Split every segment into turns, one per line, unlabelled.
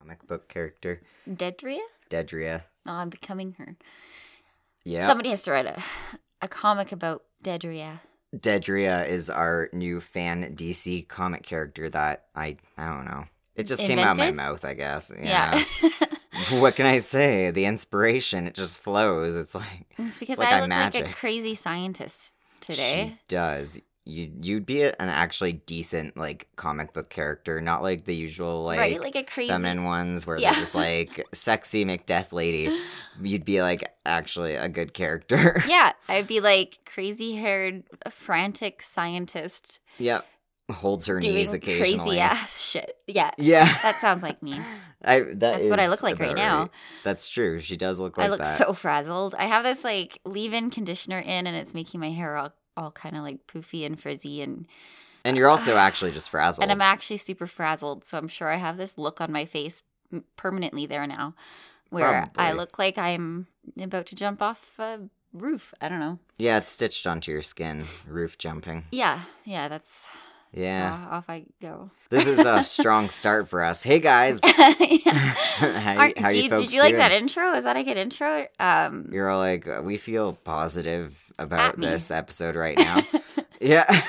comic book character,
Dedria?
Dedria.
No, I'm becoming her.
Yeah.
Somebody has to write a, a comic about Dedria.
Dedria is our new fan DC comic character that I I don't know. It just came out of my
Invented?
mouth, I guess.
Yeah.
Yeah. what can I say? The inspiration, it just flows. It's like
it's because
like
I
I'm
look like a
magic.
crazy scientist today.
She does. You you'd be an actually decent like comic book character, not like the usual like,
right? Like a crazy.
feminine ones where
Yeah.
they're just like sexy McDeath lady. You'd be like actually a good character.
Yeah, I'd be like crazy haired, frantic scientist
yep. Holds her
doing
knees occasionally.
crazy ass shit. Yeah,
Yeah.
that sounds like me.
I, that
That's what I
is
look like right
about
now.
That's true. She does look like
I look
that.
so frazzled. I have this like leave in conditioner in, and it's making my hair all, all kind of like poofy and frizzy, and,
and you're also actually just frazzled.
and I'm actually super frazzled. So I'm sure I have this look on my face m- permanently there now where I
Probably.
look like I'm about to jump off a roof. I don't know.
yeah, it's stitched onto your skin. Roof jumping.
Yeah, yeah, that's
Yeah.
so off I go.
This is a strong start for us. Hey guys. how,
Aren't-
how
do
you
you-
folks
did you like
doing?
that intro? Is that a good intro? Um,
You're all like, uh, we feel positive about
me.
this episode right now. yeah.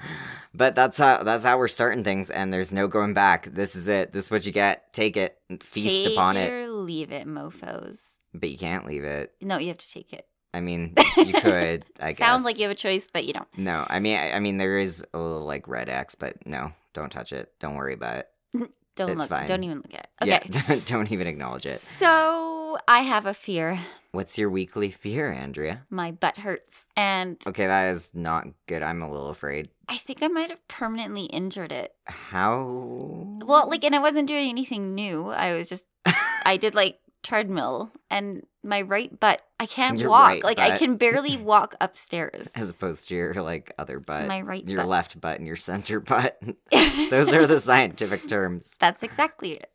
but that's how that's how we're starting things and there's no going back. This is it. This is what you get. Take it. Feast
take
upon
it
it.
or leave it, mofos.
But you can't leave it.
No, you have to take it.
I mean, you could, I guess.
Sounds like you have a choice, but you don't.
No, I mean, I, I mean, there is a little like red X, but no, don't touch it. Don't worry about it.
Don't
It's
look.
fine.
Don't even look at it. Okay.
Yeah, don't even acknowledge it.
So I have a fear.
What's your weekly fear, Andrea?
My butt hurts, and
Okay, that is not good. I'm a little afraid.
I think I might have permanently injured it.
How?
Well, like, and I wasn't doing anything new. I was just, I did like treadmill, and my right butt, I can't
Your
walk.
right
like, I
butt.
can barely walk upstairs.
As opposed to your like other butt,
my right
your
butt.
left butt, and your center butt. Those are the scientific terms.
That's exactly it.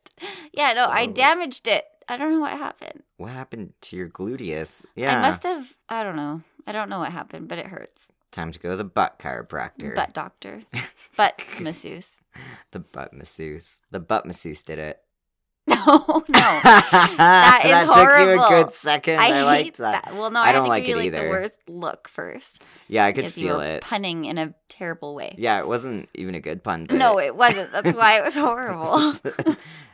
Yeah, no, I
So-
damaged it. I don't know what happened.
What happened to your gluteus? Yeah,
I must have. I don't know. I don't know what happened, but it hurts.
time to go to the butt chiropractor.
Butt doctor, butt masseuse.
The butt masseuse. The butt masseuse did it.
No, no.
that
is
took you a
horrible.
good second. I,
I, hate
liked that.
that. Well, no,
I
I,
don't
had to
like
give you
it
like
either.
the worst look first.
Yeah, I could
because you
feel
were
it.
punning in a terrible way.
Yeah, it wasn't even a good pun. But
No, it wasn't. That's why it was horrible.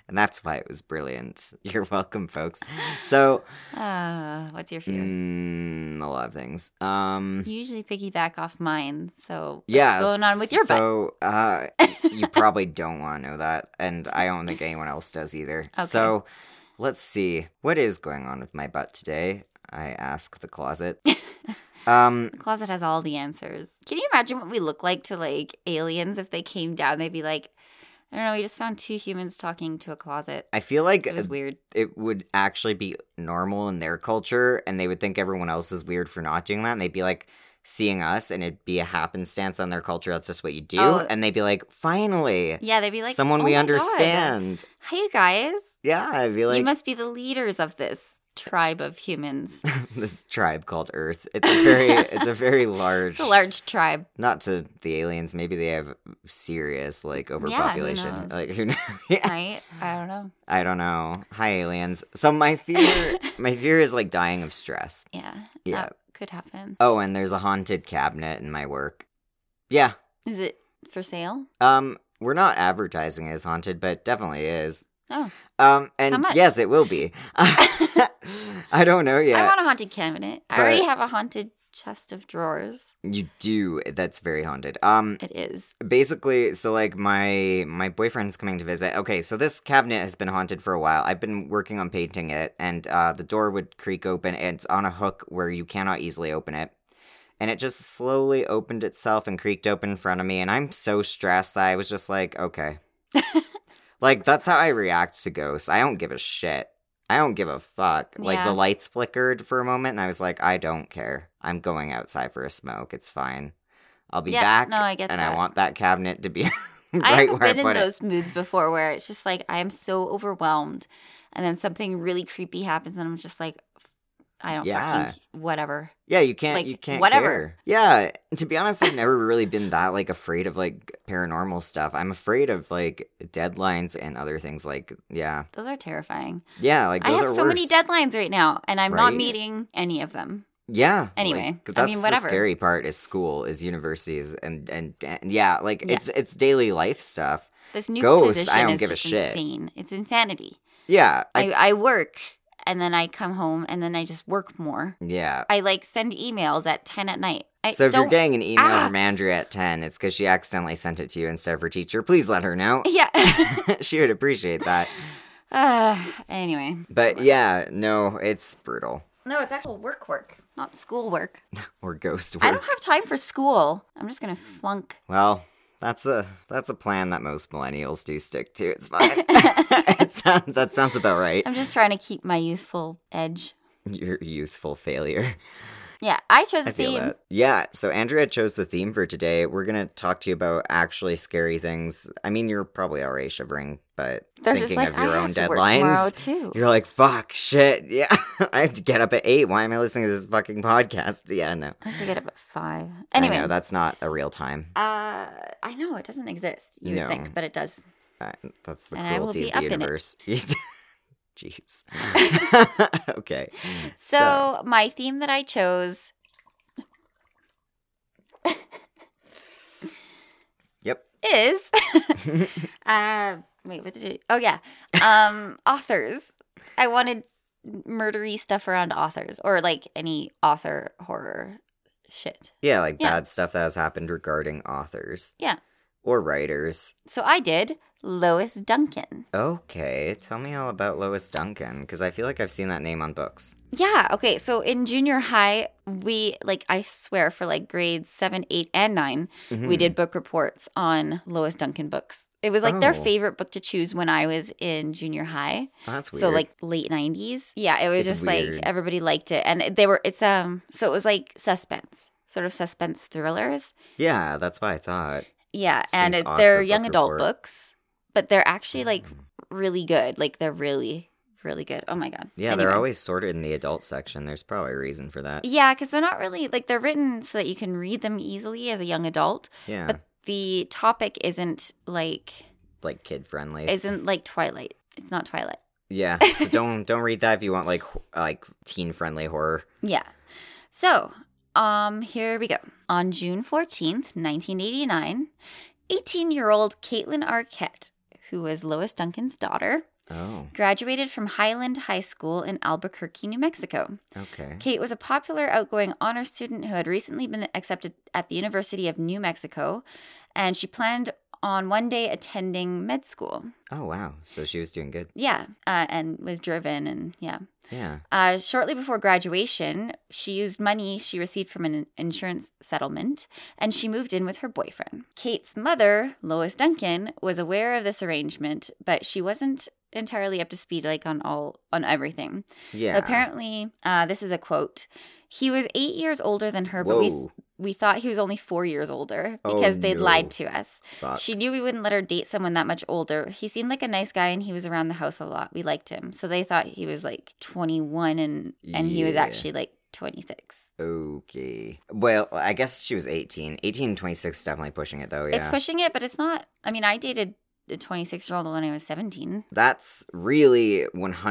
and that's why it was brilliant. You're welcome, folks. So,
uh, what's your fear?
mm, a lot of things. Um,
You usually piggyback off mine, so
yeah,
going on with your butt?
so, uh, you probably don't want to know that, and I don't think anyone else does either.
Okay.
So, let's see what is going on with my butt today. I ask the closet. um,
the closet has all the answers. Can you imagine what we look like to like aliens if they came down? They'd be like, I don't know, we just found two humans talking to a closet.
I feel like uh,
It was weird.
it would actually be normal in their culture and they would think everyone else is weird for not doing that and they'd be like seeing us and it'd be a happenstance on their culture that's just what you do
Oh.
and they'd be like finally
Yeah, they'd be like,
uh, someone
"Oh
we
my God.
understand
Hi, you guys.
yeah i'd be
you
like
must be the leaders of this tribe of humans.
this tribe called earth it's a very it's a very large,
It's a large tribe.
not to the aliens maybe they have serious like overpopulation
knows?
like who knows yeah
right? I don't know.
i don't know hi aliens so my fear my fear is like dying of stress
Yeah.
Yeah.
That could happen.
Oh, and there's a haunted cabinet in my work. Yeah.
Is it for sale?
Um, we're not advertising it as haunted, but it definitely is.
Oh.
Um, and
How much?
yes, it will be. I don't know
I
yet.
want a haunted cabinet.
But-
I already have a haunted chest of drawers.
You do. That's very haunted. Um,
It is.
basically, so like my my boyfriend's coming to visit. Okay, so this cabinet has been haunted for a while. I've been working on painting it, and uh, the door would creak open. And it's on a hook where you cannot easily open it. and it just slowly opened itself and creaked open in front of me and i'm so stressed that i was just like okay like that's how i react to ghosts i don't give a shit i don't give a fuck like
Yeah.
the lights flickered for a moment and i was like i don't care i'm going outside for a smoke it's fine i'll be
Yeah,
back
no, I get
and i
that.
want that cabinet to be
I
right
have
where i
been in
put it
those moods before where it's just like I am so overwhelmed, and then something really creepy happens, and I'm just like, I don't
Yeah.
fucking whatever.
Yeah, you can't.
Like,
you can't.
whatever.
care. Yeah. To be honest, I've never really been that like afraid of like paranormal stuff. I'm afraid of like deadlines and other things. Like yeah,
Those are terrifying.
yeah. Like
I
those
have
are
so many
worse.
deadlines right now, and I'm not
Right?
meeting any of them.
Yeah.
Anyway,
like,
I
that's
mean,
The
whatever.
scary part is school, is universities, and and, and yeah, like
Yeah.
it's it's daily life stuff.
This new
Ghosts,
position
I don't
is
give a
just
shit.
insane. It's insanity.
Yeah. I,
I, I work and then I come home and then I just work more.
yeah.
I like send emails at ten at night. I
so if you're
don't.
getting an email
Ah!
from Andrea at ten, it's because she accidentally sent it to you instead of her teacher. Please let her know.
yeah.
she would appreciate that.
uh, anyway,
But yeah, no, it's brutal.
no, it's actual work work, not school work.
Or ghost
I
work.
don't have time for school. I'm just gonna flunk.
Well, that's a that's a plan that most millennials do stick to. It's fine. it sounds, that sounds about right.
I'm just trying to keep my youthful edge.
Your youthful failure.
Yeah, I chose the
I feel
theme.
that. Yeah. So Andrea chose the theme for today. We're gonna talk to you about actually scary things. I mean, you're probably already shivering, but
They're
thinking
just like
of your
I
own
have to work tomorrow
deadlines,
too.
you're like, fuck, shit. Yeah, I have to get up at eight. Why am I listening to this fucking podcast? Yeah, no.
I have to get up at five.
I know,
Anyway, I know,
that's not a real time.
uh, I know it doesn't exist. You
No.
would think, but it does.
Uh, That's the
And I will
cruelty
be
of the
up in it.
universe. Jeez. okay.
So, my theme that I chose.
Yep.
Is uh, wait, what did it? Oh yeah, um, authors. I wanted murdery stuff around authors or like any author horror shit.
yeah, like
yeah.
bad stuff that has happened regarding authors.
Yeah.
Or writers.
So I did Lois Duncan.
Okay, tell me all about Lois Duncan because I feel like I've seen that name on books.
Yeah. Okay. So in junior high, we like I swear for like grades seven, eight, and nine, we
Mhm.
did book reports on Lois Duncan books. It was like their
Oh.
favorite book to choose when I was in junior high.
Oh, that's weird.
So like late nineties. Yeah, it was
It's
just
weird.
like everybody liked it. And they were it's um so it was like suspense, sort of suspense thrillers.
yeah, that's what I thought.
Yeah. and
Seems
it,
odd for
they're
a book
young adult
report.
books, but they're actually like
Mm.
really good. Like they're really, really good. Oh my god.
Yeah, they're
Anyway.
always sorted in the adult section. There's probably a reason for that.
Yeah, because they're not really like they're written so that you can read them easily as a young adult.
Yeah,
But the topic isn't like
like kid friendly.
isn't like Twilight. It's not Twilight.
Yeah, so don't don't read that if you want like ho- like teen friendly horror.
Yeah. So, um, here we go. On June 14th, 1989, 18 year old Caitlin Arquette, who was Lois Duncan's daughter,
Oh,
graduated from Highland High School in Albuquerque, New Mexico.
okay.
Kate was a popular outgoing honor student who had recently been accepted at the University of New Mexico, and she planned on one day attending med school.
Oh wow, so she was doing good.
Yeah, uh, and was driven, and yeah.
Yeah.
Uh, shortly before graduation, she used money she received from an insurance settlement and she moved in with her boyfriend. Kate's mother, Lois Duncan, was aware of this arrangement, but she wasn't entirely up to speed like on all on everything.
Yeah.
Apparently, uh, this is a quote. He was 8 years older than her, but we
Whoa.
we thought he was only 4 years older
Oh,
because they
no.
lied to us.
fuck.
She knew we wouldn't let her date someone that much older. He seemed like a nice guy and he was around the house a lot. We liked him. So they thought he was like 21 and and he was
Yeah.
actually like 26.
okay. Well, I guess she was 18. 18 and 26 is definitely pushing it though. Yeah.
It's pushing it, but it's not I mean, I dated a 26-year-old when I was 17.
that's really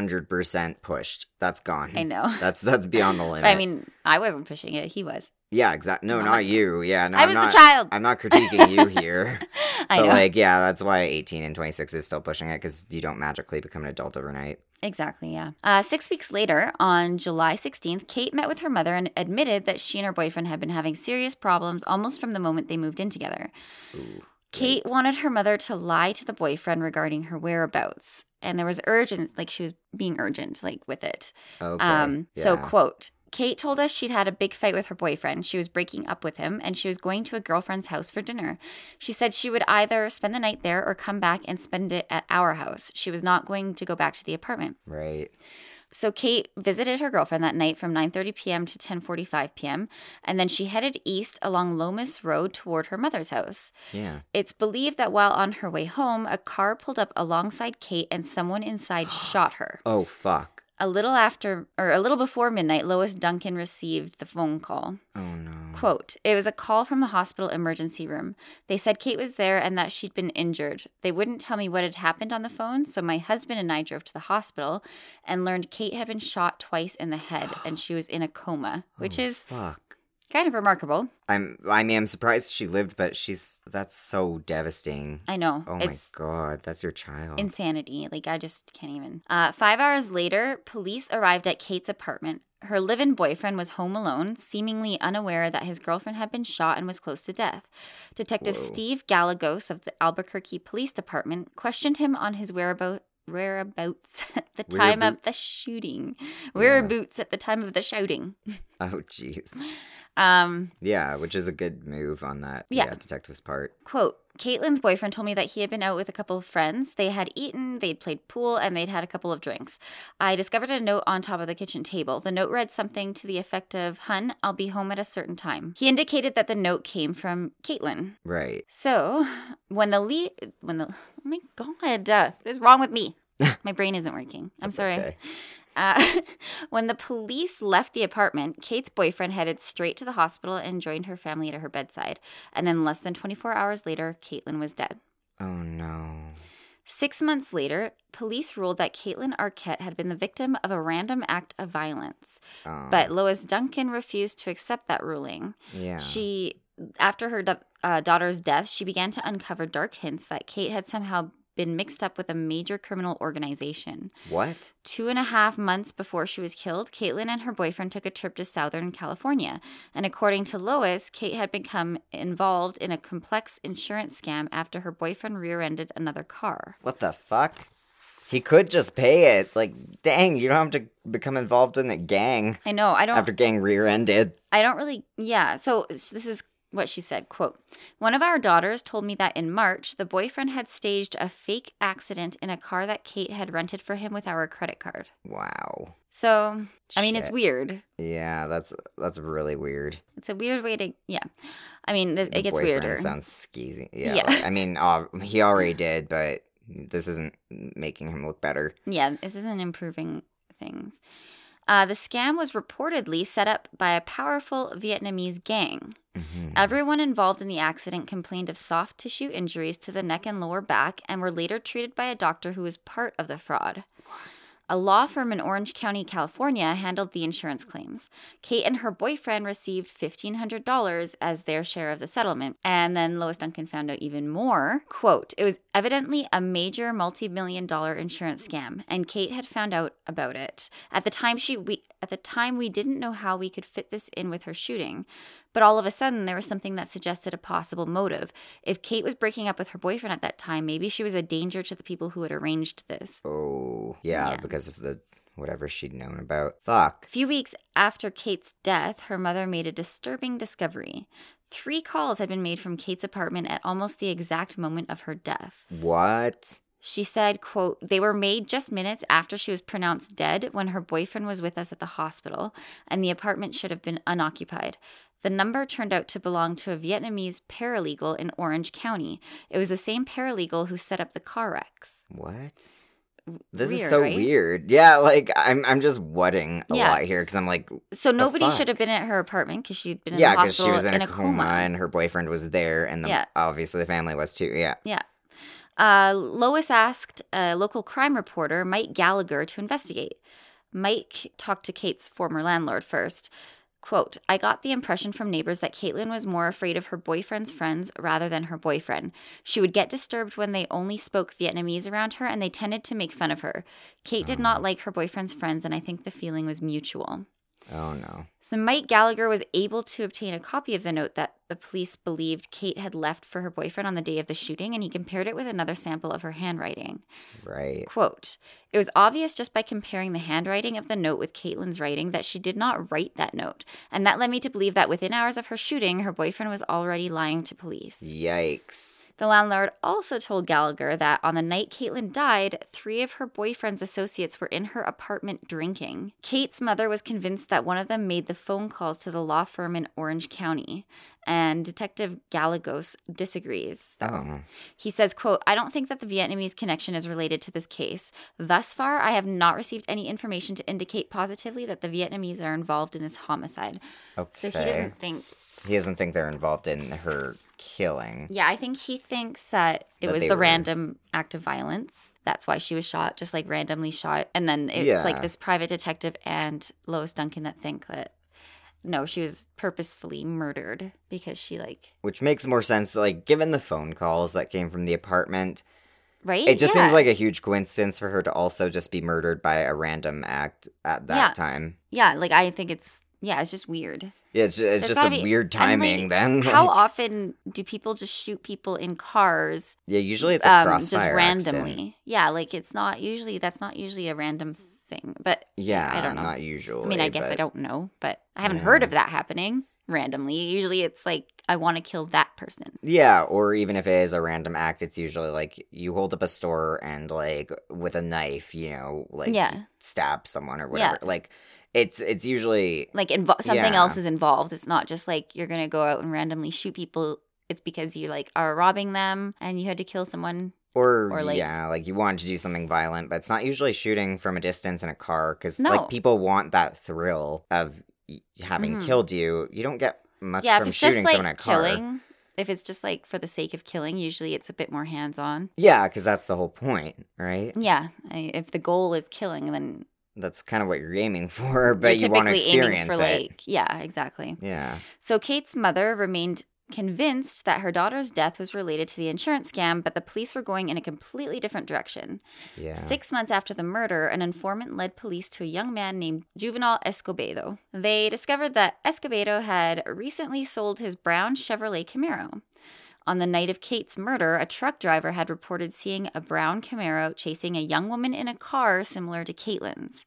100% pushed. That's gone.
I know.
That's that's beyond the limit.
But I mean, I wasn't pushing it. He was.
yeah, exactly. No,
No,
not you. Yeah, no,
I
I'm
was
not-
the child.
I'm not critiquing you here.
I
but
know.
like, yeah, that's why 18 and 26 is still pushing it because you don't magically become an adult overnight.
Exactly, yeah. Uh, six weeks later, on July 16th, Kate met with her mother and admitted that she and her boyfriend had been having serious problems almost from the moment they moved in together.
Ooh,
Kate
yikes.
wanted her mother to lie to the boyfriend regarding her whereabouts, and there was urgent, like she was being urgent, like with it.
Okay.
um, so
yeah.
quote. Kate told us she'd had a big fight with her boyfriend. She was breaking up with him and she was going to a girlfriend's house for dinner. She said she would either spend the night there or come back and spend it at our house. She was not going to go back to the apartment.
Right.
So Kate visited her girlfriend that night from 9:30 p.m. to 10:45 p.m. and then she headed east along Lomas Road toward her mother's house.
Yeah.
It's believed that while on her way home, a car pulled up alongside Kate and someone inside shot her.
Oh fuck.
A little after or a little before midnight, Lois Duncan received the phone call.
Oh no.
Quote, it was a call from the hospital emergency room. They said Kate was there and that she'd been injured. They wouldn't tell me what had happened on the phone, so my husband and I drove to the hospital and learned Kate had been shot twice in the head and she was in a coma, which
Oh,
is
fuck.
kind of remarkable.
I'm. I mean, I'm surprised she lived, but she's. That's so devastating.
I know.
Oh
it's
my god, that's your child.
insanity. Like, I just can't even. Uh, five hours later, police arrived at Kate's apartment. Her live in boyfriend was home alone, seemingly unaware that his girlfriend had been shot and was close to death. Detective
Whoa.
Steve Gallegos of the Albuquerque Police Department questioned him on his whereabouts. Whereabouts at the time of the
Whereabouts.
shooting.
Yeah.
Whereabouts at the time of the shouting.
oh jeez.
Um,
Yeah, which is a good move on that.
Yeah.
detective's part.
Quote, Caitlin's boyfriend told me that he had been out with a couple of friends. They had eaten, they'd played pool, and they'd had a couple of drinks. I discovered a note on top of the kitchen table. The note read something to the effect of, Hun, I'll be home at a certain time. He indicated that the note came from Caitlin.
Right.
So when the le when the, oh my God, uh, what is wrong with me? my brain isn't working. I'm
That's
sorry.
okay.
Uh, when the police left the apartment, Kate's boyfriend headed straight to the hospital and joined her family at her bedside. And then, less than 24 hours later, Caitlin was dead.
Oh no.
Six months later, police ruled that Caitlin Arquette had been the victim of a random act of violence.
Oh,
But Lois Duncan refused to accept that ruling.
yeah.
She, after her da- uh, daughter's death, she began to uncover dark hints that Kate had somehow been mixed up with a major criminal organization.
what?
Two and a half months before she was killed, Caitlin and her boyfriend took a trip to Southern California. And according to Lois, Kate had become involved in a complex insurance scam after her boyfriend rear ended another car.
What the fuck? He could just pay it. Like, dang, you don't have to become involved in a gang
I know, I don't
after gang rear-ended.
I don't really yeah, so s- this is what she said, quote, "One of our daughters told me that in March, the boyfriend had staged a fake accident in a car that Kate had rented for him with our credit card."
Wow.
So, I mean, it's
Shit.
weird.
Yeah, that's that's really weird.
It's a weird way to yeah. I mean, this,
The
it gets
boyfriend
weirder.
Sounds skeezy. Yeah.
Yeah.
like- I mean, uh, he already did, but this isn't making him look better.
Yeah, this isn't improving things. Uh, the scam was reportedly set up by a powerful Vietnamese gang.
Mhm.
Everyone involved in the accident complained of soft tissue injuries to the neck and lower back and were later treated by a doctor who was part of the fraud. A law firm in Orange County, California handled the insurance claims. Kate and her boyfriend received $1,500 as their share of the settlement. And then Lois Duncan found out even more. Quote, it was evidently a major multi million dollar insurance scam, and Kate had found out about it. At the time, she we at the time we didn't know how we could fit this in with her shooting. But all of a sudden, there was something that suggested a possible motive. If Kate was breaking up with her boyfriend at that time, maybe she was a danger to the people who had arranged this.
Oh, yeah,
Yeah.
because of the whatever she'd known about. Fuck.
A few weeks after Kate's death, her mother made a disturbing discovery. Three calls had been made from Kate's apartment at almost the exact moment of her death.
What?
She said, quote, they were made just minutes after she was pronounced dead when her boyfriend was with us at the hospital, and the apartment should have been unoccupied. The number turned out to belong to a Vietnamese paralegal in Orange County. It was the same paralegal who set up the car wrecks.
What? This is
weird,
so
right?
weird. Yeah, like I'm I'm just whatting a
Yeah.
lot here because I'm like,
So nobody should
fuck?
have been at her apartment because she'd been in
yeah,
the
because
hospital
she was in,
in
a, coma, and her boyfriend was there, and the,
Yeah.
obviously the family was too. Yeah.
Uh, Lois asked a local crime reporter, Mike Gallagher, to investigate. Mike talked to Kate's former landlord first. Quote, I got the impression from neighbors that Caitlin was more afraid of her boyfriend's friends rather than her boyfriend. She would get disturbed when they only spoke Vietnamese around her and they tended to make fun of her. Kate did not like her boyfriend's friends, and I think the feeling was mutual.
Oh no.
So Mike Gallagher was able to obtain a copy of the note that the police believed Kate had left for her boyfriend on the day of the shooting, and he compared it with another sample of her handwriting.
Right.
Quote, It was obvious just by comparing the handwriting of the note with Caitlin's writing that she did not write that note, and that led me to believe that within hours of her shooting, her boyfriend was already lying to police.
Yikes.
The landlord also told Gallagher that on the night Caitlin died, three of her boyfriend's associates were in her apartment drinking. Kate's mother was convinced that one of them made the phone calls to the law firm in Orange County. and Detective Gallegos disagrees.
Oh.
He says, quote, I don't think that the Vietnamese connection is related to this case. Thus far, I have not received any information to indicate positively that the Vietnamese are involved in this homicide. So
Oh, Okay.
he doesn't think
He doesn't think they're involved in her killing.
Yeah, I think he thinks that it
That
was
they
the
were-
random act of violence. That's why she was shot, just like randomly shot. And then it's
Yeah.
like this private detective and Lois Duncan that think that no, she was purposefully murdered because she like
Which makes more sense, like, given the phone calls that came from the apartment.
right.
It just seems
Yeah.
like a huge coincidence for her to also just be murdered by a random act at that
Yeah.
time.
yeah, like I think it's yeah, it's just weird.
Yeah, it's, it's
There's
just a
gotta be-
weird
and, like,
timing then.
How often do people just shoot people in cars? um,
yeah, usually it's a
just
crossfire accident.
randomly. Yeah, like it's not usually that's not usually a random thing, but
Yeah,
I don't know.
not usually.
I mean, I guess I
but-
don't know, but I haven't
Yeah.
heard of that happening randomly. Usually it's like, I want to kill that person.
Yeah, or even if it is a random act, it's usually like you hold up a store and like with a knife, you know, like
yeah.
stab someone or
Yeah.
whatever. Like it's it's usually
Like invo- something
Yeah.
else is involved. It's not just like you're going to go out and randomly shoot people. It's because you like are robbing them and you had to kill someone.
or,
or, like-
yeah, like you wanted to do something violent, but it's not usually shooting from a distance in a car because
No.
like people want that thrill of y- having
Mhm.
killed you. You don't get much
yeah. If
from
it's just
shooting someone in a
like
car.
killing, if it's just like for the sake of killing, usually it's a bit more hands on.
Yeah, because that's the whole point, right?
Yeah. I, if the goal is killing, then
That's kind of what you're aiming for, but you
you're
want to
typically aiming
experience
for
it.
like, yeah, exactly.
yeah.
So Kate's mother remained convinced that her daughter's death was related to the insurance scam, but the police were going in a completely different direction.
Yeah.
Six months after the murder, an informant led police to a young man named Juvenal Escobedo. They discovered that Escobedo had recently sold his brown Chevrolet Camaro. On the night of Kate's murder, a truck driver had reported seeing a brown Camaro chasing a young woman in a car similar to Caitlin's.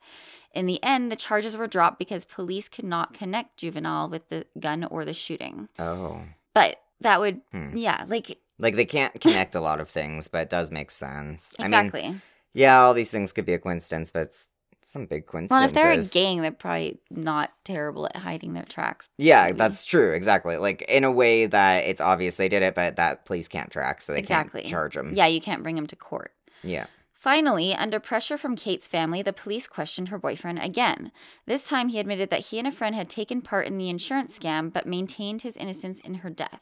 In the end, the charges were dropped because police could not connect Juvenal with the gun or the shooting.
Oh.
But that would,
Hmm.
yeah, like
Like they can't connect a lot of things, but it does make sense. I mean,
exactly.
yeah, all these things could be a coincidence, but it's some big coincidences.
well, and if they're a gang, they're probably not terrible at hiding their tracks.
yeah,
maybe.
that's true. Exactly. Like in a way that it's obvious they did it, but that police can't track, so they
Exactly.
can't charge them.
Yeah, you can't bring them to court.
Yeah.
Finally, under pressure from Kate's family, the police questioned her boyfriend again. This time, he admitted that he and a friend had taken part in the insurance scam but maintained his innocence in her death.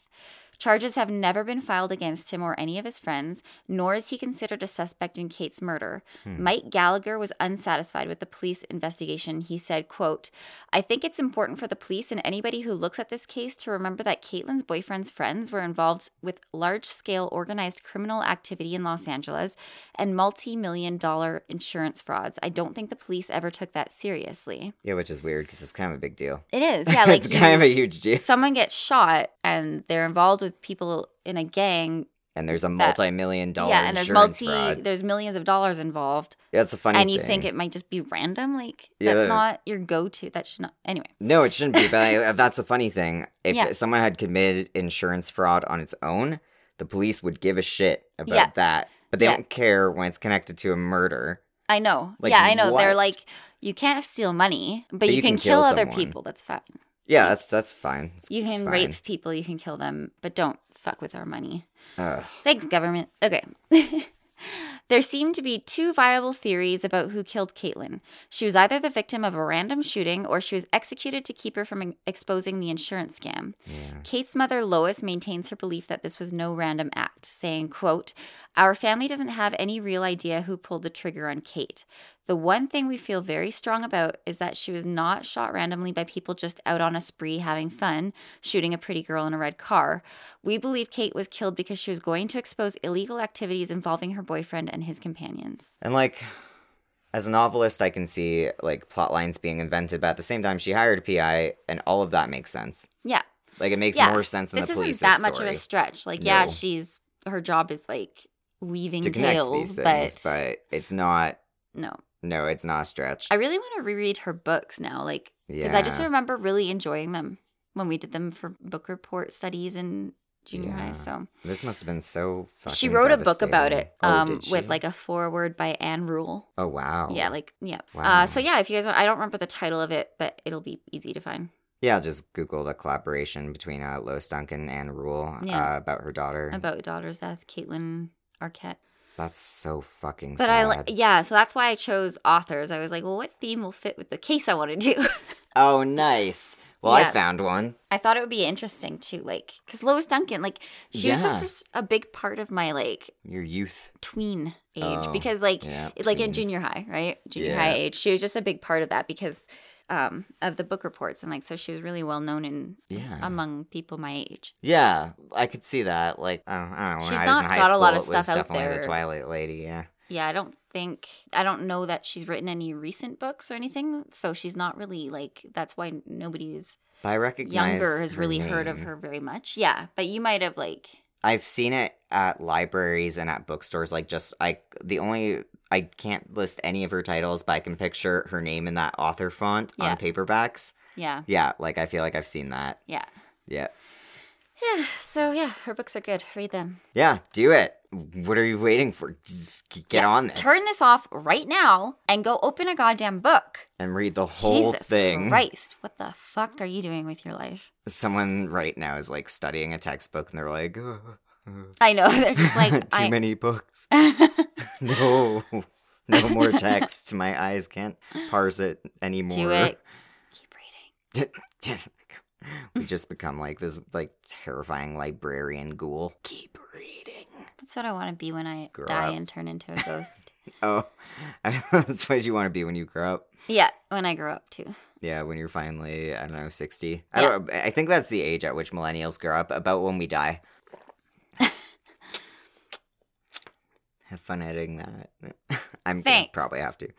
Charges have never been filed against him or any of his friends, nor is he considered a suspect in Kate's murder.
Hmm.
Mike Gallagher was unsatisfied with the police investigation. He said, quote, I think it's important for the police and anybody who looks at this case to remember that Caitlin's boyfriend's friends were involved with large scale organized criminal activity in Los Angeles and multi million dollar insurance frauds. I don't think the police ever took that seriously.
Yeah, which is weird because it's kind of a big deal.
It is, yeah. Like
it's
you-
kind of a huge deal.
someone gets shot and they're involved with people in a gang.
And there's a
that-
multi-million dollar
yeah, and there's
insurance
multi,
fraud.
there's millions of dollars involved,
That's a funny
and you
thing.
think it might just be random. Like
Yeah,
that's
that-
not your go to. That should not. Anyway,
No, it shouldn't be. But I, uh, that's the funny thing. If
Yeah.
someone had committed insurance fraud on its own, the police would give a shit about
Yeah.
that. But they
Yeah.
don't care when it's connected to a murder.
I know.
Like,
yeah, I know. They're
what?
like, you can't steal money, but, you, can, kill, other
someone.
people. That's fine.
Yeah, that's that's fine. It's-
You
it's
can
fine.
rape people. You can kill them, but don't fuck with our money.
Ugh.
Thanks, government. Okay. there seem to be two viable theories about who killed Caitlin. She was either the victim of a random shooting or she was executed to keep her from in- exposing the insurance scam.
Yeah.
Kate's mother Lois maintains her belief that this was no random act, saying, quote, "Our family doesn't have any real idea who pulled the trigger on Kate. The one thing we feel very strong about is that she was not shot randomly by people just out on a spree having fun, shooting a pretty girl in a red car. We believe Kate was killed because she was going to expose illegal activities involving her boyfriend and his companions."
And like, as a novelist, I can see like plot lines being invented. But at the same time, she hired a PI, and all of that makes sense.
Yeah.
Like it makes
Yeah.
more sense than
this
the
isn't
police's
that
story
much of a stretch. Like, yeah,
No.
she's her job is like weaving
to connect
tales,
these things.
but
But it's not.
no.
No, it's not a stretch.
I really want to reread her books now, like because
yeah.
I just remember really enjoying them when we did them for book report studies in junior high.
Yeah.
So
This must have been so. Fucking
she wrote a book about it,
devastating. Oh,
um,
did
with
she?
like a foreword by Anne Rule.
Oh wow.
Yeah, like yeah. Uh,
Wow.
so yeah, if you guys, want, I don't remember the title of it, but it'll be easy to find.
Yeah, I just googled a collaboration between uh, Lois Duncan and Rule
Yeah.
uh, about her daughter.
about daughter's death, Caitlin Arquette.
That's so fucking
But
sad.
I like, yeah, so that's why I chose authors. I was like, well, what theme will fit with the case I want to do?
oh, nice. Well,
Yeah.
I found one.
I thought it would be interesting too, like, because Lois Duncan, like, she was
Yeah.
just, just a big part of my like
Your youth.
tween age
Oh,
because, like,
yeah,
it- like in
tweens.
junior high, right? Junior
Yeah.
high age, she was just a big part of that because um, of the book reports and like, so she was really well known in
Yeah.
among people my age.
Yeah, I could see that. Like, I don't, I don't know. When
She's
I was
not
in high
got a
school,
lot of
it was
stuff out
definitely
there.
the Twilight Lady. Yeah.
Yeah, I don't think I don't know that she's written any recent books or anything, so she's not really like that's why nobody's
But I recognize
younger has
her
really heard of
name.
her very much. Yeah, but you might have like
I've seen it at libraries and at bookstores. Like, just I the only I can't list any of her titles, but I can picture her name in that author font
Yeah.
on paperbacks.
yeah,
Yeah, like I feel like I've seen that.
yeah.
Yeah,
Yeah, so yeah, her books are good. Read them.
yeah, do it. What are you waiting for? Just g- get
Yeah,
on this.
Turn this off right now and go open a goddamn book.
and read the whole
Jesus
thing.
Christ, what the fuck are you doing with your life?
Someone right now is like studying a textbook, and they're like, "Ugh, ugh,
I know they're just like
too
I,
many books. no, no more text. My eyes can't parse it anymore.
do it. Keep reading.
we just become like this like terrifying librarian ghoul. Keep reading.
That's what I want to be when I
Grow
die
up.
and turn into a ghost.
Oh, that's what you want to be when you grow up.
yeah, when I grow up too.
Yeah, when you're finally I don't know sixty. I
Yeah.
don't. I think that's the age at which millennials grow up. About when we die. have fun editing that. I'm gonna
Thanks.
probably have to.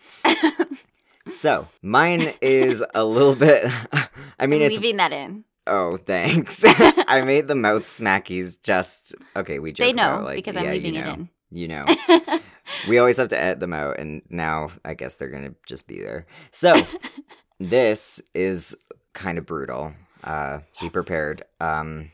So mine is a little bit. I mean,
I'm
it's
leaving that in.
Oh, thanks. I made the mouth smackies just okay. We joke
They know
about, like,
because
yeah,
I'm leaving
you
it
know,
in.
You know, we always have to edit them out, and now I guess they're gonna just be there. So this is kind of brutal. Uh, Be
Yes.
prepared. Um,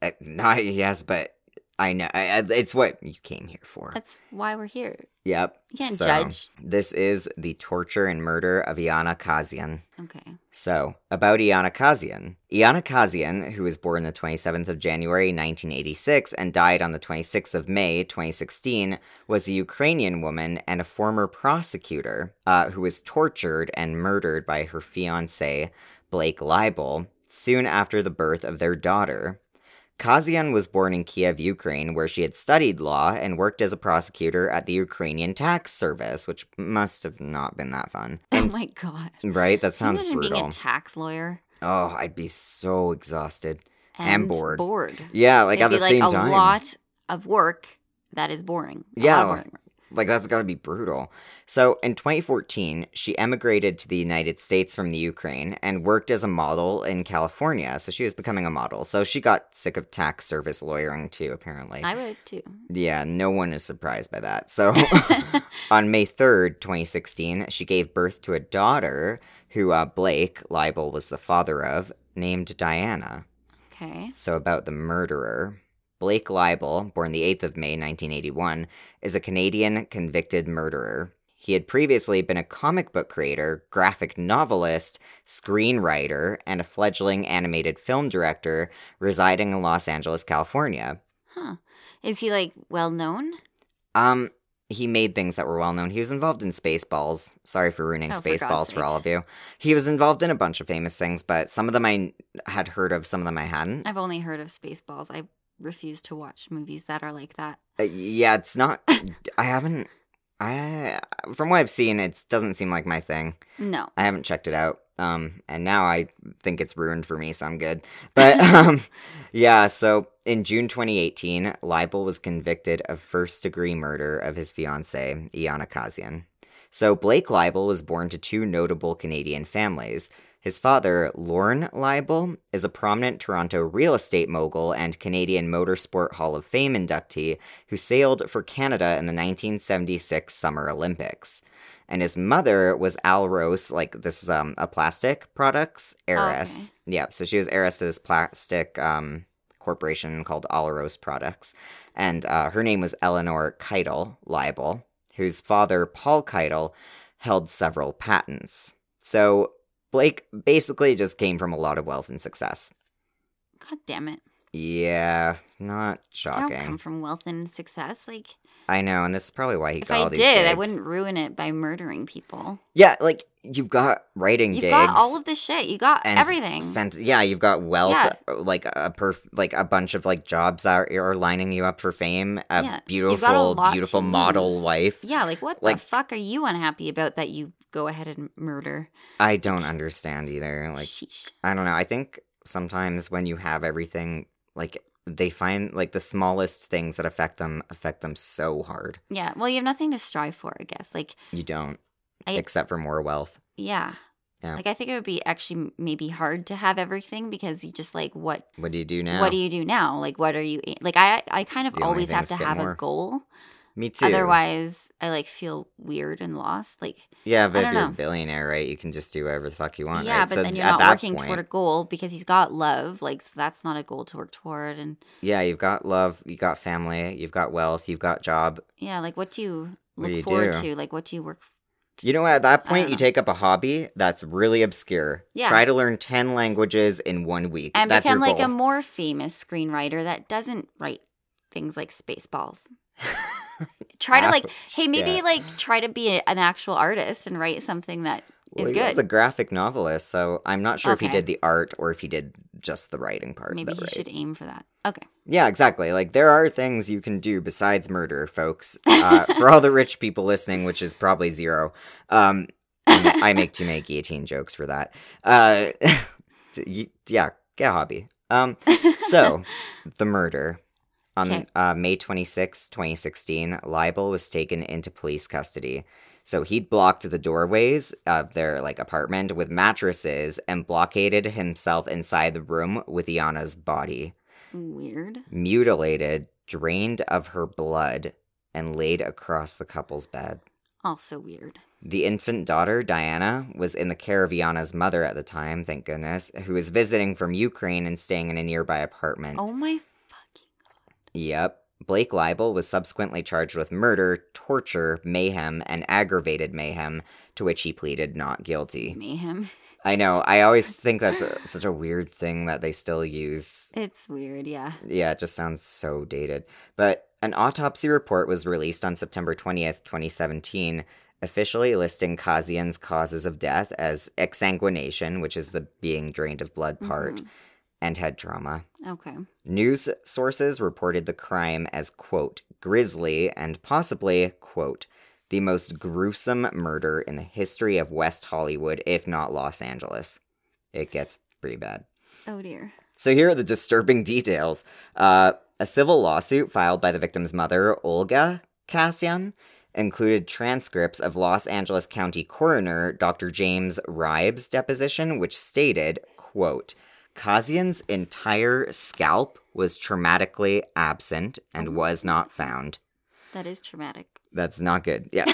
uh, not yes, but I know I, I- it's what you came here for.
That's why we're here.
yep.
You can't
So,
judge.
This is the torture and murder of Iana Kazian.
Okay.
So, about Iana Kazian. Iana Kazian, who was born the 27th of January 1986 and died on the 26th of May 2016, was a Ukrainian woman and a former prosecutor uh, who was tortured and murdered by her fiance, Blake Leibel, soon after the birth of their daughter. Kazian was born in Kiev, Ukraine, where she had studied law and worked as a prosecutor at the Ukrainian Tax Service, which must have not been that fun.
Oh my god.
Right? That
Can you
sounds
Imagine
brutal.
being a tax lawyer
Oh, I'd be so exhausted.
and,
And bored.
Bored.
Yeah, like
It'd
at the
be,
same
a
time.
lot of work that is boring. A lot
Yeah.
of boring work.
Like that's gotta be brutal. So in 2014, she emigrated to the United States from the Ukraine and worked as a model in California. So she was becoming a model. So she got sick of tax service lawyering too, apparently.
I would too.
Yeah, no one is surprised by that. So on May 3rd, 2016, she gave birth to a daughter who uh, Blake, Libel, was the father of, named Diana.
Okay.
So, about the murderer. Blake Leibel, born the 8th of May 1981, is a Canadian convicted murderer. He had previously been a comic book creator, graphic novelist, screenwriter, and a fledgling animated film director residing in Los Angeles, California.
Huh. Is he like well known?
Um, he made things that were well known. He was involved in Spaceballs. Sorry for ruining
Oh, for God's
Spaceballs for,
sake.
all of you. He was involved in a bunch of famous things, but some of them I had heard of, some of them I hadn't.
I've only heard of Spaceballs. I refuse to watch movies that are like that.
Uh, yeah, it's not. I haven't. I from what I've seen, it doesn't seem like my thing.
No.
I haven't checked it out. Um, and now I think it's ruined for me, so I'm good. But um, yeah. So in June 2018, Leibel was convicted of first degree murder of his fiancee Iana Kazian. So Blake Leibel was born to two notable Canadian families. His father, Lorne Leibel, is a prominent Toronto real estate mogul and Canadian Motorsport Hall of Fame inductee who sailed for Canada in the 1976 Summer Olympics. And his mother was Al Rose, like this is um, a plastic products heiress. Yeah, so she was heiress to this plastic um, corporation called Al Rose Products. And uh, her name was Eleanor Keitel Leibel, whose father, Paul Keitel, held several patents. So Blake basically just came from a lot of wealth and success.
God damn it.
Yeah, not shocking.
I don't come from wealth and success. Like,
I know, and this is probably why he
if
got
I
all
did,
these
I
gigs.
wouldn't ruin it by murdering people.
Yeah, like you've got writing
You've
gigs.
got all of this shit. You got
and
everything.
fant- yeah, you've got wealth,
Yeah.
uh, like a perf- like a bunch of like jobs are, are lining you up for fame. A
Yeah, you've got a
beautiful,
lot
beautiful
to
model
lose.
life.
yeah, like what
like-
the fuck are you unhappy about that you go ahead and murder?
I don't understand either. Like
Sheesh.
I don't know. I think sometimes when you have everything, like they find like the smallest things that affect them affect them so hard.
Yeah. Well, you have nothing to strive for, I guess. Like,
You don't,
I-
except for more wealth.
yeah.
Yeah.
Like, I think it would be actually maybe hard to have everything because you just like, what
What do you do now?
what do you do now? Like, what are you like? I I kind of
The only
always
thing
have
is
to
get
have
more.
a goal.
Me too.
Otherwise, I like feel weird and lost. Like,
yeah, but if
don't
you're a
know.
billionaire, right, you can just do whatever the fuck you want.
yeah,
right?
but
So
then you're
at
not
that
working
point-
toward a goal because he's got love. Like, so that's not a goal to work toward. And
Yeah, you've got love, you got family, you've got wealth, you've got job.
yeah, like, what do you
What
look
do you
forward
do?
to? Like, what do you work?
You know, at that
I
point,
don't
you
know.
take up a hobby that's really obscure.
Yeah.
Try to learn 10 languages in one week.
And
that's
become
your
like
goal.
a more famous screenwriter that doesn't write things like Spaceballs. try to like, hey, maybe
Yeah.
like try to be a- an actual artist and write something that
well,
is
he was
good.
a graphic novelist, so I'm not sure if he
Okay.
did the art or if he did just the writing part.
maybe
but
he
right.
should aim for that. Okay.
Yeah, exactly. Like, there are things you can do besides murder, folks. Uh, for all the rich people listening, which is probably zero, um, and I make too many guillotine jokes for that. Uh, you, yeah, get a hobby. Um, so, the murder. On
Okay.
uh, May 26, 2016, Libel was taken into police custody. So he'd blocked the doorways of their like apartment with mattresses and blockaded himself inside the room with Iana's body,
Weird.
mutilated, drained of her blood, and laid across the couple's bed.
Also weird.
The infant daughter, Diana, was in the care of Iana's mother at the time, thank goodness, who was visiting from Ukraine and staying in a nearby apartment.
Oh my fucking.
Yep. Blake Libel was subsequently charged with murder, torture, mayhem, and aggravated mayhem, to which he pleaded not guilty.
mayhem.
I know, I always think that's a, such a weird thing that they still use.
It's weird, yeah.
Yeah, it just sounds so dated. But an autopsy report was released on September 20th, 2017, officially listing Kazian's causes of death as exsanguination, which is the being drained of blood part, and head trauma.
Okay.
News sources reported the crime as, quote, grisly and possibly, quote, the most gruesome murder in the history of West Hollywood, if not Los Angeles. It gets pretty bad.
Oh dear.
So here are the disturbing details. Uh, a civil lawsuit filed by the victim's mother, Olga Kassian, included transcripts of Los Angeles County Coroner Dr. James Ribe's deposition, which stated, quote, Kassian's entire scalp was traumatically absent and was not found.
That is traumatic.
That's not good. Yeah.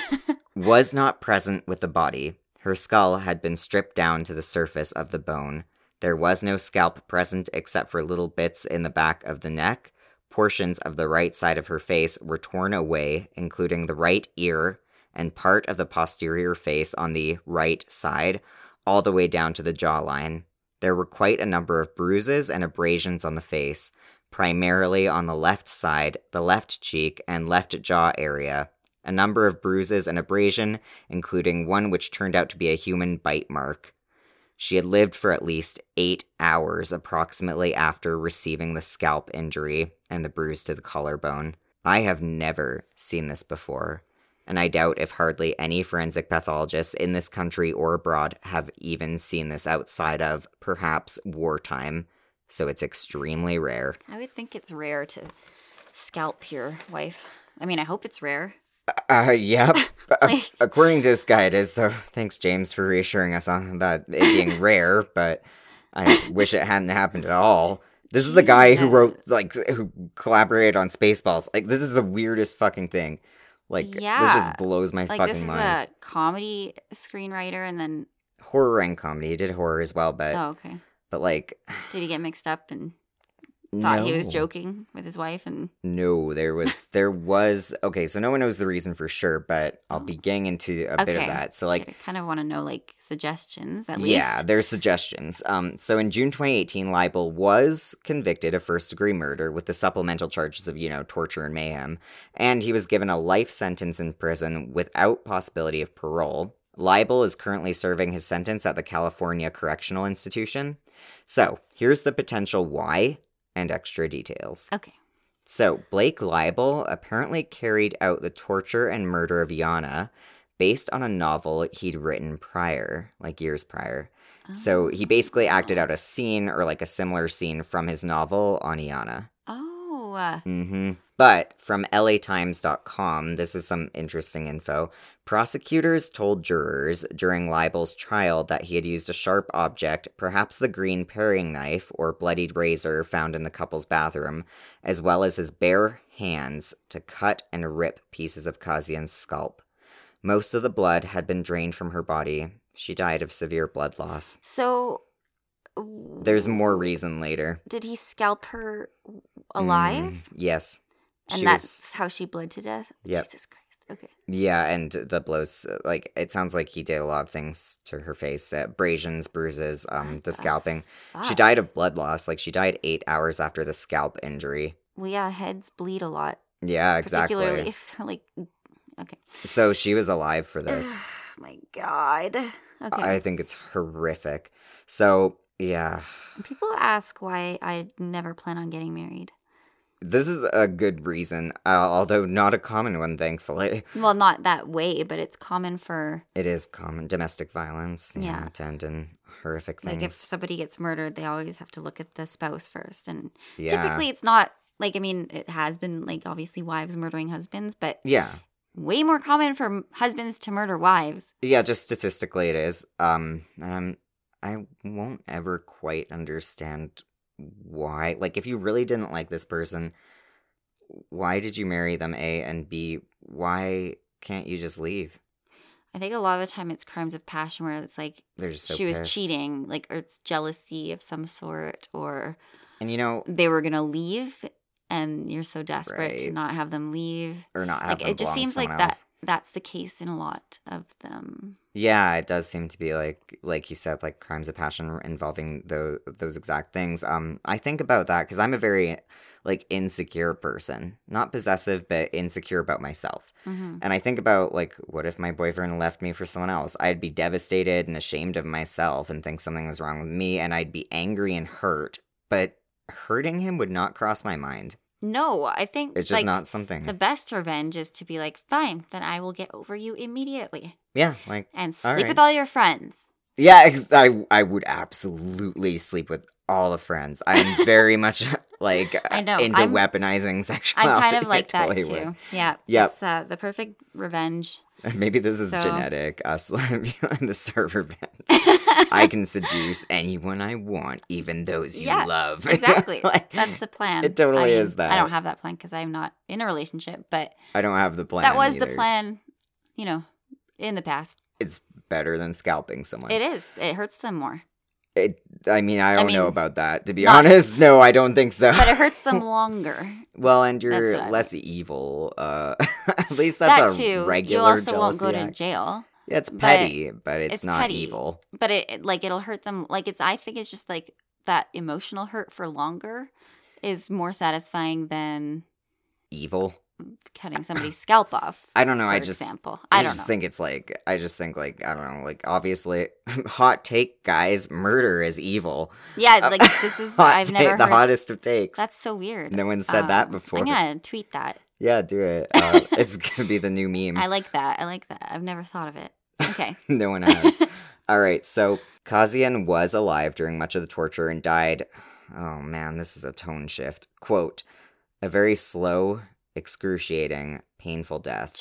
was not present with the body. Her skull had been stripped down to the surface of the bone. There was no scalp present except for little bits in the back of the neck. Portions of the right side of her face were torn away, including the right ear and part of the posterior face on the right side, all the way down to the jawline. There were quite a number of bruises and abrasions on the face, primarily on the left side, the left cheek, and left jaw area. A number of bruises and abrasion, including one which turned out to be a human bite mark. She had lived for at least eight hours approximately after receiving the scalp injury and the bruise to the collarbone. I have never seen this before, and I doubt if hardly any forensic pathologists in this country or abroad have even seen this outside of perhaps wartime, so it's extremely rare.
I would think it's rare to scalp your wife. I mean, I hope it's rare.
Uh, yep. Uh, According to this guy, it is. So thanks, James, for reassuring us on that it being rare. But I wish it hadn't happened at all. This is the guy who
Jesus.
wrote, like, who collaborated on Spaceballs. Like, this is the weirdest fucking thing. Like, this
Yeah.
just blows my
Like
fucking
this is
mind.
a comedy screenwriter, and then
Horror and comedy. He did horror as well, but
oh okay,
but like,
did he get mixed up and thought he was
No.
joking with his wife and
No, there was there was okay, so no one knows the reason for sure, but I'll be getting into a bit
Oh. Okay.
of that. So like
I kind of want to know like suggestions at least.
yeah, there's suggestions. Um so in June 2018, Libel was convicted of first degree murder with the supplemental charges of, you know, torture and mayhem, and he was given a life sentence in prison without possibility of parole. Libel is currently serving his sentence at the California Correctional Institution. So, here's the potential why and extra details.
Okay.
So, Blake Libel apparently carried out the torture and murder of Yana based on a novel he'd written prior, like years prior.
Oh.
So, he basically acted out a scene or like a similar scene from his novel on Yana.
Oh, uh,
hmm But from latimes.com, this is some interesting info. Prosecutors told jurors during Libel's trial that he had used a sharp object, perhaps the green paring knife or bloodied razor found in the couple's bathroom, as well as his bare hands to cut and rip pieces of Kazian's scalp. Most of the blood had been drained from her body. She died of severe blood loss.
so w-
There's more reason later.
Did he scalp her alive?
Mm, yes.
and
She was-
that's how she bled to death.
Yep.
Jesus Christ. Okay.
Yeah, and the blows, uh, like, it sounds like he did a lot of things to her face uh, abrasions, bruises, um,
What
the
the
scalping. She
Fuck.
died of blood loss. Like, she died eight hours after the scalp injury.
Well, yeah, heads bleed a lot,
Yeah, exactly.
particularly if they're like. Okay.
So she was alive for this.
Oh my God. Okay.
I think it's horrific. So, yeah,
People ask why I never plan on getting married.
this is a good reason, uh, although not a common one, thankfully.
Well, not that way, but it's common for
It is common domestic violence.
Yeah.
Yeah. To end in horrific things.
like if somebody gets murdered, they always have to look at the spouse first, and
yeah.
typically it's not like I mean it has been like obviously wives murdering husbands, but
Yeah.
way more common for m- husbands to murder wives.
Yeah, just statistically it is. Um and I'm I won't ever quite understand why. Like if you really didn't like this person, why did you marry them A and B, why can't you just leave?
I think a lot of the time it's crimes of passion where it's like
They're just so
she was
pissed.
cheating, like, or it's jealousy of some sort, or
And you know
they were gonna leave, and you're so desperate to
Right.
not have them leave.
or not have
Like,
them
it just
belong to
seems like
someone
that
else.
that's the case in a lot of them.
Yeah, it does seem to be like like you said, like crimes of passion involving those those exact things. Um, I think about that because I'm a very like insecure person, not possessive, but insecure about myself.
hmm
And I think about like, what if my boyfriend left me for someone else? I'd be devastated and ashamed of myself and think something was wrong with me, and I'd be angry and hurt. But hurting him would not cross my mind.
No, I think
It's just
like,
not Mm. something.
The best revenge is to be like, fine, then I will get over you immediately
yeah, like
and
All
sleep
right.
with all your friends.
yeah, ex- I I would absolutely sleep with all the friends. I'm very much like uh,
I know,
into
I'm-
weaponizing sexuality.
I'm kind of
I
like that
totally
too. Yeah.
Yep.
It's uh, the perfect revenge.
would. Maybe this is
So-
genetic. Us being on the server band.
I
I can seduce anyone I want, even those you
Yeah,
love.
exactly.
Like,
That's the plan.
It totally
I
is that.
I don't have that plan because I'm not in a relationship, but
I don't have the plan.
that was the
either.
plan, you know, in the past.
It's better than scalping someone.
It is. It hurts them more,
It- I mean, I don't
mean,
know about that. To be
not-
honest, no, I don't think so.
but it hurts them longer.
well, and
That's
you're
what I
less evil. Uh, at least
that
that's a
too.
regular
you also
jealousy
won't go to
act.
jail,
Yeah, it's
but
petty, but, it's,
it's
not
petty.
evil.
but it, it- like it'll hurt them. Like it's. I think it's just like that emotional hurt for longer is more satisfying than
Evil.
cutting somebody's scalp off.
I don't know.
for
I just.
example,
I,
I, don't
just
know.
think it's like I just think like I don't know like obviously hot take guys murder is evil.
yeah,
Uh,
like this is.
hot
I've
take-
never
the
heard.
hottest of takes.
That's so weird.
no one said that
Um,
before.
I'm gonna tweet that.
Yeah, do it. Uh, it's gonna be the new meme.
I like that. I like that. I've never thought of it. Okay.
no one has. All right, so Kazian was alive during much of the torture and died. Oh man, this is a tone shift. Quote, a very slow, excruciating, painful death.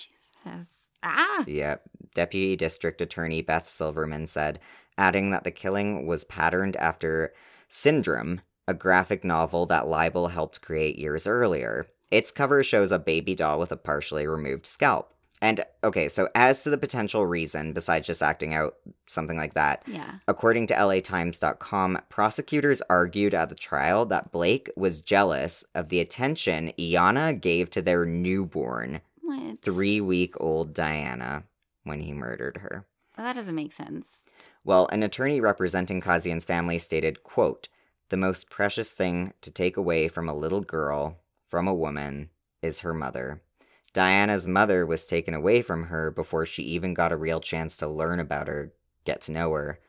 Jesus. Ah.
Yep. Deputy District Attorney Beth Silverman said, adding that the killing was patterned after Syndrome, a graphic novel that Libel helped create years earlier. Its cover shows a baby doll with a partially removed scalp. And okay, so as to the potential reason, besides just acting out something like that,
Yeah.
According to latimes.com, prosecutors argued at the trial that Blake was jealous of the attention Iana gave to their newborn,
What?
three week old Diana, when he murdered her.
That doesn't make sense.
Well, an attorney representing Kazian's family stated, quote, the most precious thing to take away from a little girl, from a woman, is her mother. Diana's mother was taken away from her before she even got a real chance to learn about her, get to know her.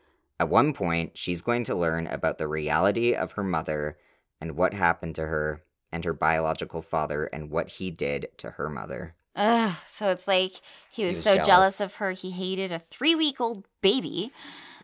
At one point, she's going to learn about the reality of her mother and what happened to her and her biological father and what he did to her mother.
Ugh. So it's like he was,
was
so
jealous.
jealous. of her, he hated a three week old baby,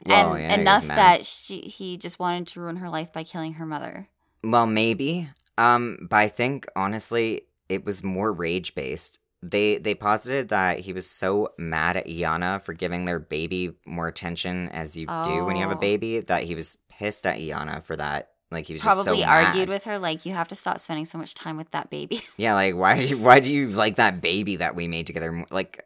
Well,
and
yeah, he was
enough
mad.
that she he just wanted to ruin her life by killing her mother.
Well, maybe. Um, but I think honestly, it was more rage based. They they posited that he was so mad at Iana for giving their baby more attention as you do when you have a
Oh.
baby that he was pissed at Iana for that. Like he was just
Probably
so
argued
mad.
with her like, "You have to stop spending so much time with that baby."
Yeah, like why do you, why do you like that baby that we made together? more- Like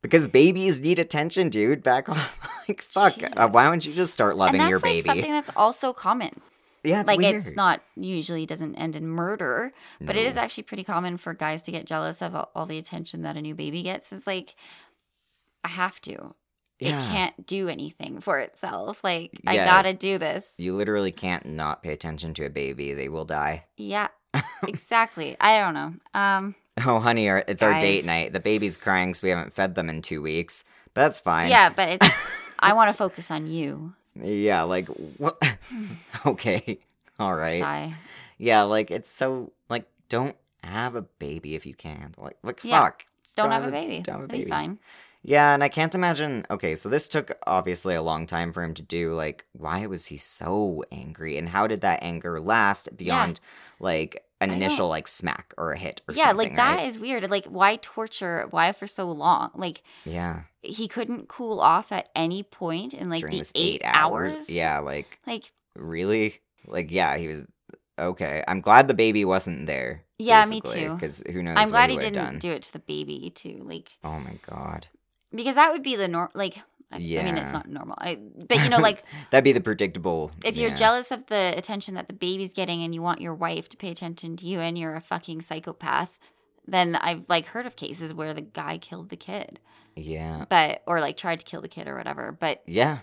because babies need attention, dude. Back off. like fuck.
Jesus.
Uh, why don't you just start loving
and that's
your
like
baby?
something that's also common.
yeah, it's
like
weird.
it's not usually doesn't end in murder, but it is actually pretty common for guys to get jealous of all, all the attention that a new baby gets. It's like I have to. It
Yeah.
can't do anything for itself. Like I
Yeah.
gotta do this.
You literally can't not pay attention to a baby. They will die.
Yeah, exactly. I don't know. Um,
Oh, honey, our, it's our date
Guys.
night. The baby's crying because we haven't fed them in two weeks. But that's fine.
yeah, but it's. I want to focus on you.
Yeah, like, what? okay. All right.
Sigh.
Yeah, like, it's so, like, don't have a baby if you can. Like, like
Yeah.
fuck.
Don't, have, a baby.
don't have a
It'll be
baby.
fine.
Yeah, and I can't imagine. Okay, so this took obviously a long time for him to do. Like, why was he so angry? And how did that anger last beyond, like, an
I
initial, like, smack or a hit or
Yeah,
something?
like that is
right?
weird. Like, why torture? Why for so long? Like,
Yeah.
he couldn't cool off at any point in like
During
the
this
eight, hours.
Yeah, like,
Like,
really like yeah he was okay i'm glad the baby wasn't there
Yeah, me too.
because who knows
I'm
what
glad
he
he
would have
didn't
done
do it to the baby too. Like,
oh my god
because that would be the norm. Like, I, I mean,
Yeah.
it's not normal. I, but you know, like,
that'd be the predictable
if you're
yeah.
jealous of the attention that the baby's getting and you want your wife to pay attention to you and you're a fucking psychopath, then I've like heard of cases where the guy killed the kid,
yeah
but or like tried to kill the kid or whatever. But
yeah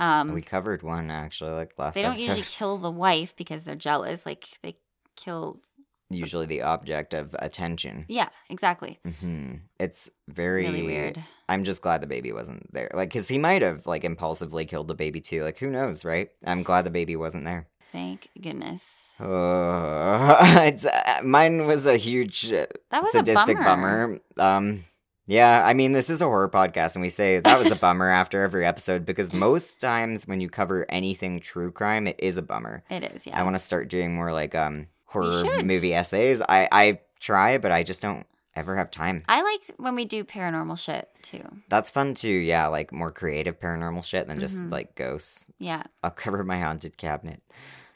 um,
we covered one actually like last
they don't
episode
usually kill the wife because they're jealous. Like they kill.
usually the object of attention
Yeah, exactly.
hmm it's very
Really weird.
i'm just glad the baby wasn't there like because he might have like impulsively killed the baby too like who knows right i'm glad the baby wasn't there
Thank goodness.
Uh, it's, uh, mine was a huge uh,
That was a
sadistic
bummer.
bummer. Um, yeah, I mean, this is a horror podcast, and we say that was a bummer after every episode because most times when you cover anything true crime, it is a bummer.
It is.
I
Yeah.
want to start doing more like um horror
should.
movie essays. I I try, but I just don't ever have time.
I like when we do paranormal shit too.
That's fun too. Yeah, like more creative paranormal shit than just
Mhm.
like ghosts.
Yeah.
I'll cover my haunted cabinet.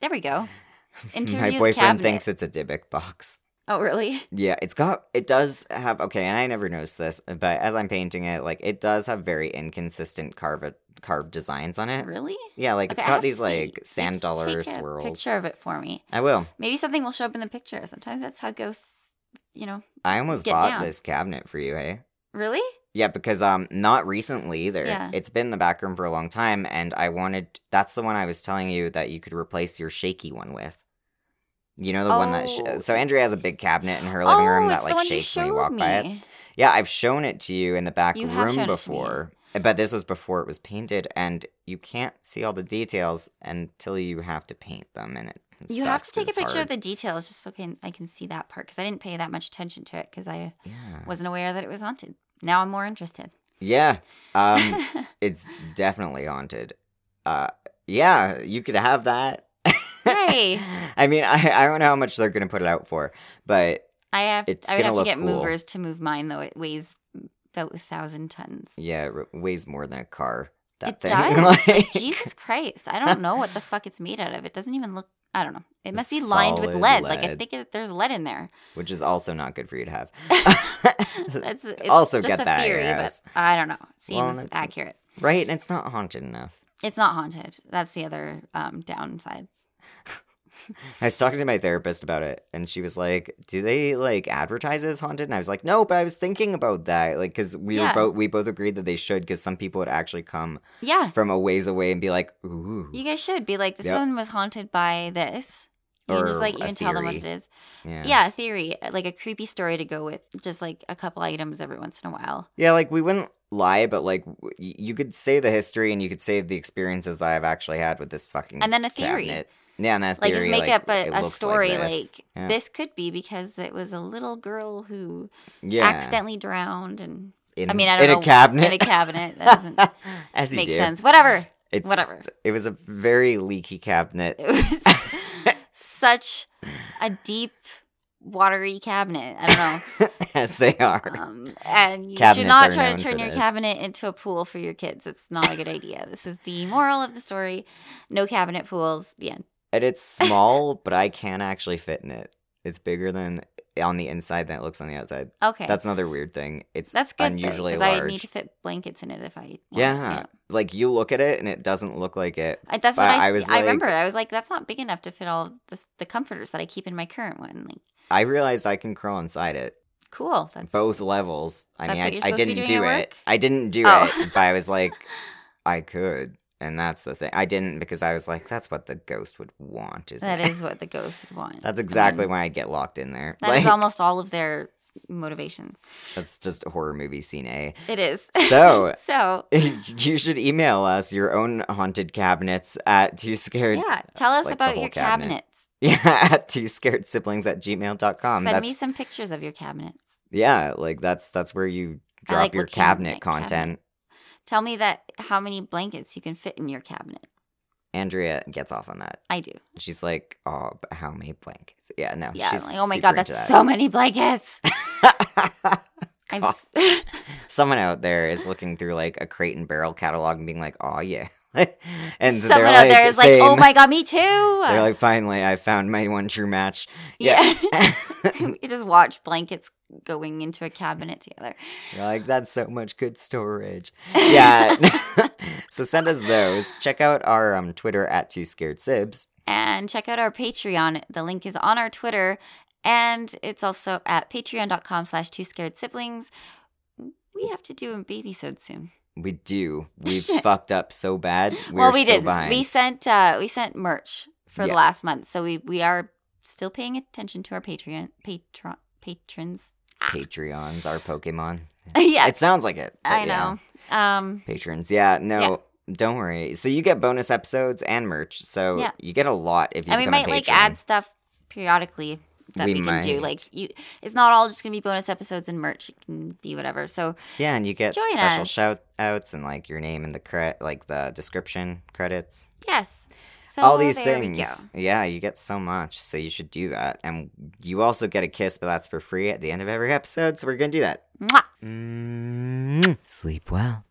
There we go. Interview
my
the
boyfriend
cabinet.
thinks it's a Dybbuk box.
Oh, really?
Yeah, it's got it does have okay, and I never noticed this, but as I'm painting it, like it does have very inconsistent carved carved designs on it.
Really?
Yeah, like
Okay, I
it's got
have to
these
see.
like
You
sand
have to
dollar
take a
swirls.
Picture of it for me.
I will.
Maybe something will show up in the picture. Sometimes that's how ghosts, you know.
I almost
Get
bought
down.
this cabinet for you, hey.
Really?
Yeah, because um not recently either.
Yeah.
It's been in the back room for a long time and I wanted that's the one I was telling you that you could replace your shaky one with. You know the one that
Oh.
sh- so Andrea has a big cabinet in her living room that like shakes when you walk by it. Yeah, I've shown it to you in the back
You have
room
shown it to me.
before, but this was before it was painted, and you can't see all the details until you have to paint them, and it. it
You have
sucks
to take a
'cause it's
picture of the
hard.
details just so can, I can see that part because I didn't pay that much attention to it because I
Yeah.
wasn't aware that it was haunted. Now I'm more interested.
Yeah. Um, it's definitely haunted. Uh, yeah, you could have that.
Yay.
I mean, I I don't know how much they're gonna put it out for, but
I have.
It's
I would
gonna
have
look
to get
cool.
movers to move mine though. It weighs about a thousand tons.
yeah, it weighs more than a car. That
it
thing.
does. Like,
Like-
Jesus Christ! I don't know what the fuck it's made out of. It doesn't even look I don't know. It must be lined with
Solid
lead. Like I
lead.
think it, there's lead in there.
which is also not good for you to have.
That's it's
Also
just
get
a
that at your
theory,
house.
but I don't know. Seems
Well, that's-
accurate.
right? And it's not haunted enough.
It's not haunted. That's the other um, downside.
I was talking to my therapist about it, and she was like, "Do they like advertise it as haunted?" And I was like, "No," but I was thinking about that, like, because we
Yeah.
were both we both agreed that they should, because some people would actually come
Yeah,
from a ways away and be like, "Ooh,"
you guys should be like this
Yep.
one was haunted by this. You can just
Or
like
a
even tell them what it
theory.
is.
yeah,
Yeah, a theory, like a creepy story to go with just like a couple items every once in a while.
Yeah, Like we wouldn't lie, but like w- y- you could say the history and you could say the experiences that I've actually had with this fucking
And then a theory.
Mm, cabinet. Yeah, and that
Like
theory,
just make up
it
a, a
looks
story like,
this.
this.
Yeah.
could be because it was a little girl who
yeah,
accidentally drowned and
in,
I mean, I don't
in
know,
a cabinet,
in a cabinet. That doesn't
as you
make
do.
sense. Whatever.
It's,
Whatever.
It was a very leaky cabinet.
It was such a deep, watery cabinet. I don't know.
as they are.
Um, and you should
Cabinets
not
are
try
known
to turn
for
your
this.
cabinet into a pool for your kids. It's not a good idea. This is the moral of the story. No cabinet pools. The end.
And it's small, but I can actually fit in it. It's bigger than on the inside than it looks on the outside.
Okay.
That's another weird thing. It's
That's good
unusually
because
large.
I need to fit blankets in it if I. want.
yeah. Like you look at it and it doesn't look like it.
I, that's
But
what I,
I was
I remember.
like-
I was like, that's not big enough to fit all of the, the comforters that I keep in my current one. Like,
I realized I can crawl inside it.
cool. That's
Both levels. I
That's what
mean
you're
I, I
supposed to be
didn't
doing
do
at
it.
work?
I didn't do
Oh.
it. But I was like, I could. And that's the thing. I didn't because I was like, that's what the ghost would want, isn't
that
it?
is what the ghosts would want.
That's
I mean,
exactly when I'd get locked in there.
That is
like
almost all of their motivations.
that's just horror movie scene A.
It is.
So-
so
you should email us your own haunted cabinets at too scared
yeah, tell us
uh, like the
about
whole
your
cabinet.
cabinets.
yeah at too scared siblings at gmail.com
Send
that's
me some pictures of your cabinets.
yeah like that's that's where you
I
drop
like
your
looking
cabinet
at cabinet.
content
Tell me that how many blankets you can fit in your cabinet.
andrea gets off on that
I do.
she's like oh but how many blankets yeah no
Yeah.
she's
like, oh my
super
god,
into
that's so many blankets.
that.
I'm
God.
s-
someone out there is looking through like a crate and barrel catalog and being like oh yeah and they're
someone out there is like, oh
same.
my god, me too.
they're like finally i found my one true match
yeah.
yeah.
you just watch blankets going into a cabinet together.
You're like, that's so much good storage. Yeah. so send us those. Check out our um, Twitter at Two Scared Sibs.
and check out our patreon the link is on our twitter and it's also at patreon.com slash two scared siblings we have to do a baby sode soon
We do. We
Shit.
fucked up so bad. We're
well we
so
didn't
behind.
we sent uh we sent merch for the
Yeah.
last month so we we are still paying attention to our patreon patron patrons
Patreons are Pokemon.
yeah
It sounds like it. but
i
yeah.
know um
Patrons. Yeah. No. Don't worry. So you get bonus episodes and merch. So
Yeah.
you get a lot if you
and we
become a
might like
patron.
add stuff periodically that we,
We
can do
might.
like you it's not all just gonna be bonus episodes and merch it can be whatever so
Yeah, and you get
Join
special
us.
shout outs and like your name in the cre- like the description credits.
yes so
all these
Oh, there we
things.
go.
Yeah, you get so much, so you should do that. And you also get a kiss, but that's for free at the end of every episode, so we're gonna do that.
Mwah.
mm Sleep well.